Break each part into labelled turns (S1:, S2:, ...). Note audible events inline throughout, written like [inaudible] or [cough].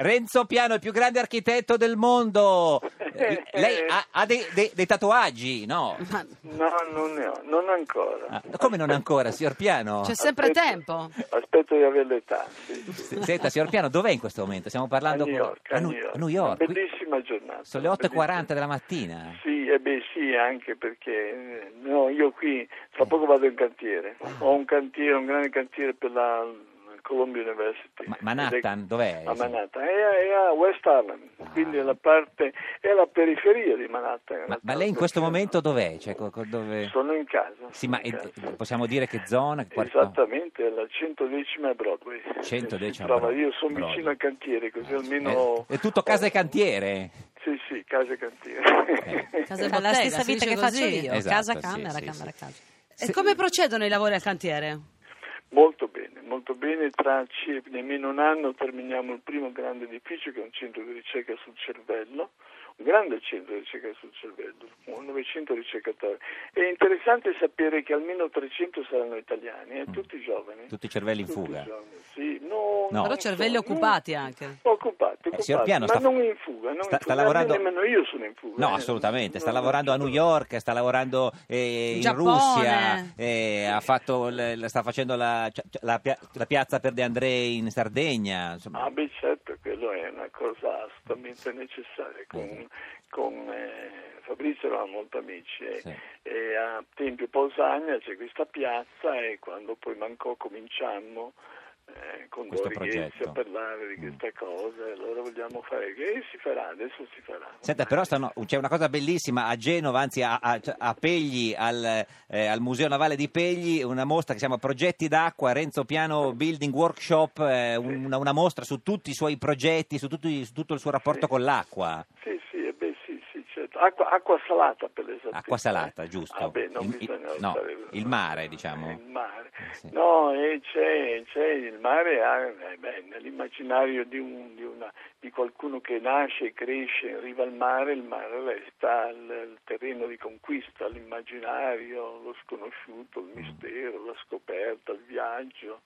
S1: Renzo Piano, il più grande architetto del
S2: [laughs]
S1: mondo. Eh, Lei ha, ha dei, dei- dei tatuaggi, no?
S3: Ma
S2: No, non ne ho, non ancora.
S1: Ah, Come non ancora, signor Piano?
S3: c'è sempre
S2: Aspetta.
S3: tempo.
S2: Aspetto di avere l'età. sì.
S1: S- Senta, signor Piano, dov'è in questo momento? Stiamo
S2: A
S1: parlando
S2: New
S1: con-
S2: York.
S1: a Nu- a New York, qui-
S2: Bellissima giornata.
S1: Sono le 8.40
S2: bellissima.
S1: della mattina.
S2: Sì, eh beh, sì, anche perché eh, no, io qui tra poco vado in cantiere. Ho un cantiere, un grande cantiere per la Columbia University.
S1: Ma- Manhattan,
S2: Ed è-
S1: dov'è? Ah.
S2: A Manhattan, è a, è a West Harlem, quindi è la parte, è la periferia di Manhattan. in
S1: Ma,
S2: realtà,
S1: ma lei in questo
S2: perché
S1: momento dov'è? Cioè, co- co- dove-
S2: Sono in casa.
S1: Sì, ma
S2: sono in
S1: eh,
S2: casa.
S1: possiamo dire che zona? Che quarto-
S2: Esattamente, alla 110 Broadway.
S1: 110
S2: Si trova-
S1: Broadway.
S2: Io sono
S1: diciamo, Broadway.
S2: vicino al cantiere, così
S1: Eh,
S2: almeno...
S1: È tutto casa e
S2: cantiere.
S1: cantiere?
S2: Sì, sì, casa e cantiere.
S1: Eh.
S4: Casa e
S3: Fa la
S4: bottega,
S3: stessa
S4: si
S3: vita
S4: dice
S3: che faccio
S4: così.
S3: io.
S1: Esatto,
S4: casa,
S1: sì,
S4: camera,
S1: sì,
S4: camera,
S1: sì.
S4: casa.
S3: E come procedono i lavori al cantiere?
S1: Eh,
S2: molto bene, molto bene. Tra ci- nemmeno un anno terminiamo il primo grande edificio che è un centro di ricerca sul cervello. Un grande centro di ricerca sul cervello, con 900 ricercatori. È interessante sapere che almeno 300 saranno italiani, eh, tutti giovani.
S1: Mm. Tutti i cervelli in
S2: Tutti
S1: fuga.
S2: giovani, sì. No,
S1: No.
S2: non
S1: Però
S2: so,
S3: cervelli
S2: non-
S3: occupati anche.
S2: Occupati,
S1: Eh, signor
S2: occupati,
S1: Piano
S2: ma
S1: sta-
S2: non in fuga, non
S1: sta-
S2: in
S1: sta
S2: fuga,
S1: lavorando-
S2: nemmeno io sono in fuga.
S1: No,
S2: eh.
S1: assolutamente, sta
S2: Non-
S1: lavorando a New York, sta lavorando eh, in,
S3: In Giappone.
S1: Russia, eh, ha fatto l- la- sta facendo la, cioè, la pia- la piazza per De André in Sardegna, insomma.
S2: Ah beh certo, quello è una cosa assolutamente necessaria. Con, con, eh, Fabrizio eravamo molto amici e,
S1: Sì.
S2: e a Tempio Pausania c'è questa piazza e quando poi mancò cominciammo eh, con
S1: Questo
S2: Dorighez
S1: progetto. Mm.
S2: a parlare di questa cosa e allora vogliamo fare e si farà, adesso si farà.
S1: Senta, però stanno- c'è una cosa bellissima a Genova, anzi a, a- cioè, a Pegli, al, eh, al Museo Navale di Pegli, una mostra che si chiama Progetti d'acqua, Renzo Piano Building Workshop, eh, un- una, una mostra su tutti i suoi progetti, su, tutti- su tutto il suo rapporto
S2: Sì.
S1: con l'acqua.
S2: Sì, sì, eh beh, sì, sì, certo. Acqua, acqua salata per l'esattezza.
S1: Acqua salata,
S2: eh.
S1: giusto.
S2: Ah, beh, non
S1: Il- il-
S2: bisogna
S1: no,
S2: stare-
S1: il mare, diciamo.
S2: Il mare.
S1: Eh, sì.
S2: No, e c'è, c'è il mare ha- eh, beh, nell'immaginario di, un- di una- di qualcuno che nasce e cresce in riva al mare, il mare resta il, il terreno di conquista, l'immaginario, lo sconosciuto,
S1: Mm.
S2: il mistero, la scoperta, il viaggio.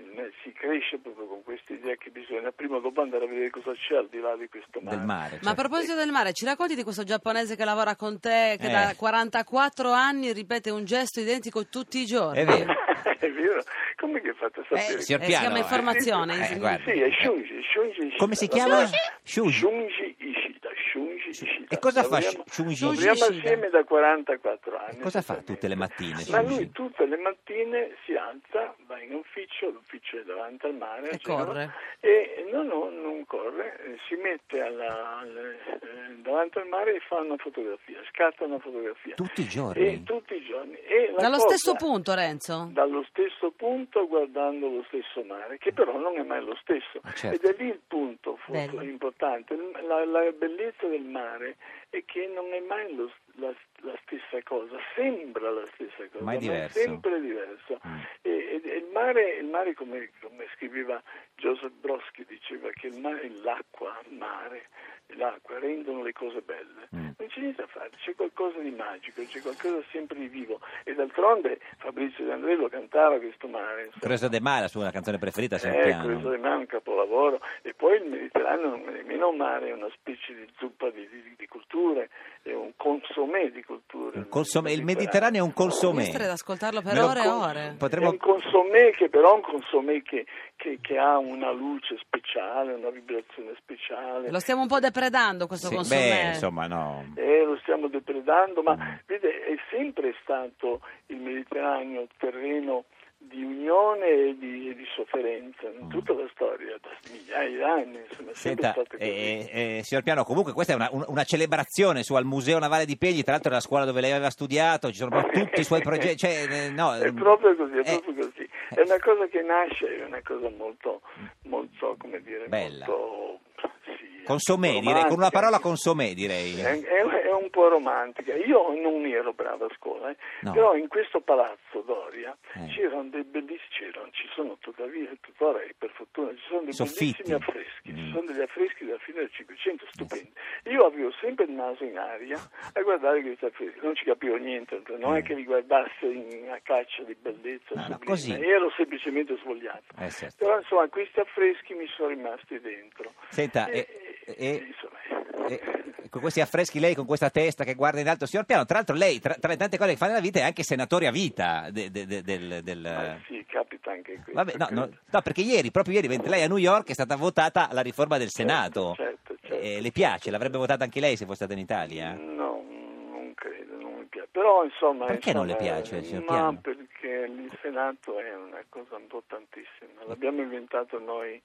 S2: Mm, Si cresce proprio con questa idea che bisogna prima o dopo andare a vedere cosa c'è al di là di questo mare.
S1: Del mare.
S3: Ma
S1: certo.
S3: a proposito del mare, ci racconti di questo giapponese che lavora con te, che
S1: Eh.
S3: da 44 anni ripete un gesto identico tutti i giorni?
S1: È vero.
S2: [laughs] è vero? Come che fate a sapere?
S1: Eh, signor
S3: Eh, si
S1: Piano,
S3: chiama informazione,
S1: eh,
S3: sì.
S1: guarda.
S2: Sì, è Shunji, Shunji Ishida.
S1: Come si chiama? Shunji.
S2: Shunji, Ishida, Shunji Ishida.
S1: E cosa fa
S2: Lavoriamo-
S1: Shunji?
S3: Shunji
S2: Lavoriamo
S3: Ishida?
S2: assieme da 44 anni.
S1: E cosa fa
S2: esattamente.
S1: tutte le mattine,
S2: Ma
S1: Shunji?
S2: lui tutte le mattine si alza, va in ufficio, l'ufficio è davanti al mare. a
S3: E
S2: Genova,
S3: corre.
S2: E no, no, non corre, eh, si mette alla- al- eh, davanti al mare e fa una fotografia, scatta una fotografia.
S1: Tutti i giorni?
S2: E tutti i giorni. E la
S3: Dallo
S2: cosa-
S3: stesso punto,
S1: Certo.
S3: Renzo?
S2: dallo stesso punto guardando lo stesso mare, che però non è mai lo stesso.
S1: Ah, certo.
S2: Ed è lì il punto fu-
S4: Bello.
S2: importante. Il- La, la bellezza del mare è che non è mai lo- la, la stessa cosa, sembra la stessa cosa,
S1: Ma è diverso.
S2: sempre diverso.
S1: Mm.
S2: E, e- e il mare, il mare come, come scriveva Joseph Broski, diceva che il mare, l'acqua, il mare, l'acqua rendono le cose belle.
S1: Mm.
S2: Non c'è niente da fare, c'è qualcosa di magico, c'è qualcosa sempre di vivo. E d'altronde Fabrizio De André lo cantava questo mare. insomma.
S1: Croce de Mare, la sua canzone preferita, signor
S2: Eh,
S1: Piano.
S2: questo rimane un capolavoro. E poi il Mediterraneo non è nemmeno un mare, è una specie di zuppa di, di- di culture, è un consomè di culture.
S1: Un consomè- il Mediterraneo è un
S3: Io
S1: consomè.
S3: starei ad ascoltarlo per
S1: Me lo
S3: ore e
S1: con-
S3: ore.
S1: Potremmo-
S2: È un consommé che però è un consommé che, che- che ha una luce speciale, una vibrazione speciale.
S3: Lo stiamo un po' depredando questo
S1: Sì,
S3: consumo.
S1: beh, insomma, no.
S2: Eh, lo stiamo depredando, ma vede, è sempre stato il Mediterraneo terreno di unione e di, e di sofferenza in tutta la storia, da migliaia di anni, insomma, è sempre
S1: Mm. Senta,
S2: stato così.
S1: eh, eh, signor Piano, comunque questa è una, un- una celebrazione su al Museo Navale di Pegli, tra l'altro è la scuola dove lei aveva studiato, ci sono proprio tutti i suoi
S2: [laughs]
S1: progetti, cioè, eh, no,
S2: è proprio così, è
S1: eh,
S2: proprio così. È una cosa che nasce, è una cosa molto, molto come dire,
S1: Bella.
S2: molto... Sì, eh,
S1: Consomè, direi, con una
S2: romantica. Eh,
S1: parola consomè, direi.
S2: È, è- è un un po' romantica. Io non ero bravo a scuola, eh.
S1: No.
S2: però in questo palazzo Doria
S1: Eh.
S2: c'erano dei bellissimi, c'erano, ci sono tuttavia, tuttora eh, per fortuna, ci sono dei
S1: Soffitti.
S2: bellissimi affreschi,
S1: Mm. Eh
S2: ci sono degli affreschi della fine del Cinquecento, stupendi. Io avevo sempre il naso
S1: [laughs]
S2: in aria a guardare questi affreschi, non ci capivo niente, non
S1: Eh.
S2: è che li guardasse in a caccia di bellezza,
S1: No, no,
S2: sublime,
S1: così.
S2: ero semplicemente svogliato.
S1: Eh, certo.
S2: Però insomma questi affreschi mi sono rimasti dentro.
S1: Senta, e,
S2: E-
S1: e-
S2: insomma, [laughs]
S1: e- e con questi affreschi lei con questa testa che guarda in alto, signor Piano, tra l'altro lei tra, tra le tante cose che fa nella vita è anche senatore a vita de- de- de- del... del-
S2: Ma Ah, sì, capita anche questo.
S1: Eh, Vabbè, no, no,
S2: credo.
S1: no, perché ieri, proprio ieri, mentre lei a New York è stata votata la riforma del Senato.
S2: certo, certo. Mm,
S1: Eh, le piace? L'avrebbe votata anche lei se fosse stata in Italia?
S2: No, non credo, non mi piace. Però insomma...
S1: Perché non
S2: insomma, eh,
S1: le piace, signor
S2: Ma
S1: Piano?
S2: perché il Senato è una cosa importantissima. L'abbiamo inventato noi,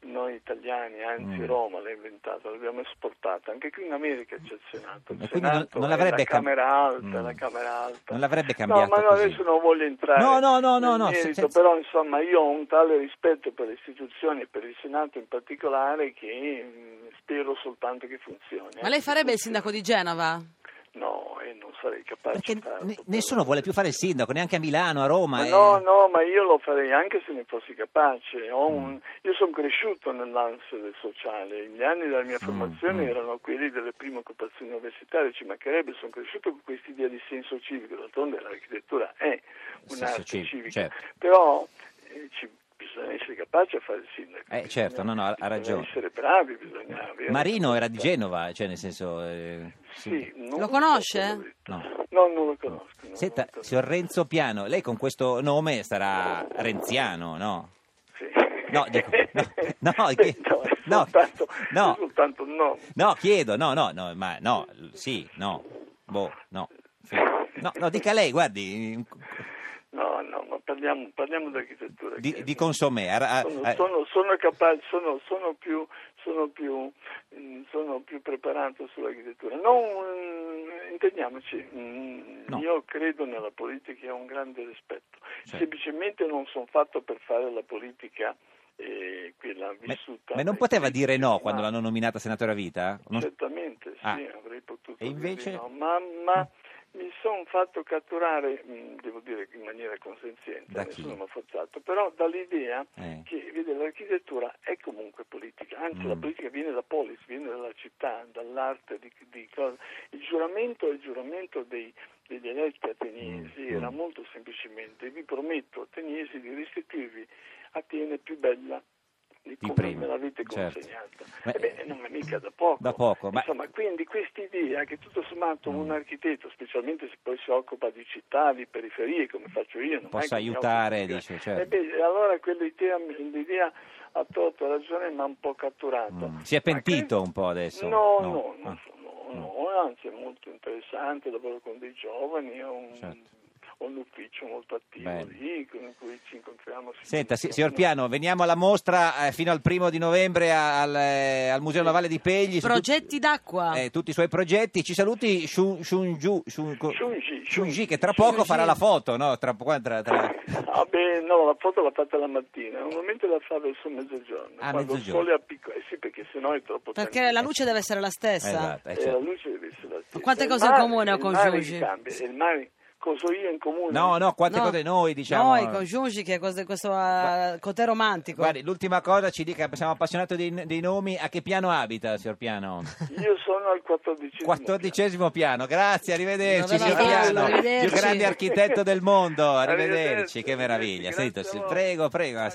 S2: noi italiani, anzi
S1: Mm.
S2: Roma l'ha inventata, l'abbiamo esportata. Anche qui in America c'è il Senato. Il
S1: E quindi non,
S2: Senato
S1: non
S2: è
S1: l'avrebbe
S2: la
S1: cam-
S2: Camera Alta,
S1: Mm.
S2: la Camera Alta.
S1: Non l'avrebbe cambiato
S2: No, ma no,
S1: così.
S2: adesso non voglio entrare.
S1: No, no, no, no,
S2: nel
S1: no, se-
S2: merito,
S1: senza-
S2: però insomma io ho un tale rispetto per le istituzioni e per il Senato in particolare che mm, spero soltanto che funzioni.
S3: Ma lei farebbe il sindaco di Genova?
S2: No, e non sarei capace
S1: Perché
S2: di farlo.
S1: ne- nessuno vuole più fare il sindaco, neanche a Milano, a Roma.
S2: certo, Ma
S1: eh. Mm.
S2: no, no, ma io lo farei anche se ne fossi capace. Ho un- Io sono cresciuto nell'ansia del sociale. Gli anni della mia formazione
S1: mm.
S2: erano quelli delle prime occupazioni universitarie, ci mancherebbe, sono cresciuto con questa idea di senso civico. D'altronde l'architettura è
S1: Senso
S2: un'arte
S1: civico,
S2: civica.
S1: certo.
S2: Però eh, ci- bisogna essere capaci a fare il sindaco.
S1: Eh, certo, no, no,
S2: bisogna-
S1: ha- ha ragione.
S2: Bisogna essere bravi, bisogna avere-
S1: Marino era di Genova, cioè nel senso... eh,
S2: eh. Sì, non
S3: Lo conosce?
S1: No.
S2: No, non lo conosco. no,
S1: Senta,
S2: non lo conosco.
S1: signor Renzo Piano, lei con questo nome sarà renziano, no?
S2: Sì.
S1: No, dico-
S2: [laughs]
S1: no, no,
S2: Beh,
S1: che-
S2: no, è
S1: no,
S2: soltanto,
S1: no.
S2: è soltanto un nome.
S1: No, chiedo, no, no, no, ma no, l- sì, no, boh, no. sì. No, no, dica lei, guardi,
S2: No, no, ma parliamo, parliamo di architettura.
S1: di,
S2: che-
S1: di consommé. a- a-
S2: sono,
S1: a-
S2: sono- sono capace, sono, sono più, sono, più, mm, sono più preparato sull'architettura. Non, mm, intendiamoci, mm,
S1: No.
S2: io credo nella politica e ho un grande rispetto.
S1: Sì.
S2: Semplicemente non sono fatto per fare la politica eh, quella
S1: Ma,
S2: vissuta.
S1: ma non
S2: dai
S1: poteva
S2: critici,
S1: dire no
S2: ma-
S1: quando l'hanno nominata senatore a vita? Non-
S2: Certamente, sì,
S1: Ah.
S2: avrei potuto
S1: E invece-
S2: dire di no, ma, ma mi sono fatto catturare, mh, devo dire in maniera consenziente,
S1: Da chi?
S2: nessuno mi ha forzato, però dall'idea
S1: Eh.
S2: che vede, l'architettura è comunque politica, anzi la
S1: Mm.
S2: politica viene da polis, viene dalla città, dall'arte di, di cosa. Il giuramento è il giuramento dei, degli eletti ateniesi,
S1: Mm,
S2: era
S1: mm.
S2: molto semplicemente, vi prometto ateniesi di restituirvi Atene più bella di come
S1: prima,
S2: me l'avete
S1: certo.
S2: consegnata.
S1: Ma-
S2: Eh beh, non è mica da poco.
S1: Da poco, ma- Mm.
S2: Insomma, quindi quest'idea che tutto sommato un architetto, specialmente se poi si occupa di città, di periferie, come faccio io, non
S1: Possa
S2: è che mi
S1: aiutare,
S2: occupo di-
S1: dice, certo.
S2: Eh beh, allora quell'idea l'idea ha torto ragione, ma un po' catturato.
S1: Mm, si è
S2: Ma
S1: pentito
S2: che-
S1: un po' adesso?
S2: No, no,
S1: Ah.
S2: non sono- no, anzi è molto interessante, lavoro con dei giovani, ho un,
S1: Certo.
S2: ho un ufficio molto attivo
S1: Bene.
S2: lì, con cui ci incontriamo.
S1: Senta, si- signor Piano, veniamo alla mostra eh, fino al primo di novembre al, eh, al Museo Navale di Pegli. su
S3: Progetti d'acqua.
S1: tut- eh, tutti i suoi progetti. Ci saluti Shun- Shunju- Shun- co-
S2: Shunji,
S1: Shunji,
S2: Shunji.
S1: che tra poco
S3: Shunji.
S1: farà la foto, no? Tra, qua- tra-
S2: [laughs]
S1: tra-
S2: Ah beh, no, la foto l'ha fatta la mattina, normalmente la fa verso mezzogiorno,
S1: Ah,
S2: quando
S1: mezzogiorno.
S2: il sole è piccolo, eh sì perché sennò è troppo
S3: Perché
S2: tempo.
S3: la luce deve essere la stessa.
S1: Esatto, eh,
S2: E la
S1: certo.
S2: luce deve essere la stessa.
S3: Quante
S2: Il
S3: cose in
S2: mare-
S3: comune ho con
S2: Il mare
S3: Giugi?
S2: che cambia, il mare, cosa ho io in comune?
S1: No, no, quante
S3: No,
S1: cose noi diciamo.
S3: Noi con Giungi, che è questo, questo eh, cotè romantico.
S1: Guardi, l'ultima cosa ci dica, siamo appassionati dei, dei nomi, a che piano abita, signor Piano?
S2: Io sono al quattordicesimo.
S1: Quattordicesimo piano, grazie, arrivederci,
S3: Doveva
S1: signor
S3: farlo,
S1: Piano,
S3: arrivederci.
S1: più grande architetto del mondo, arrivederci,
S2: Arrivederci,
S1: che meraviglia.
S2: grazie
S1: Senta,
S2: a voi.
S1: prego, prego.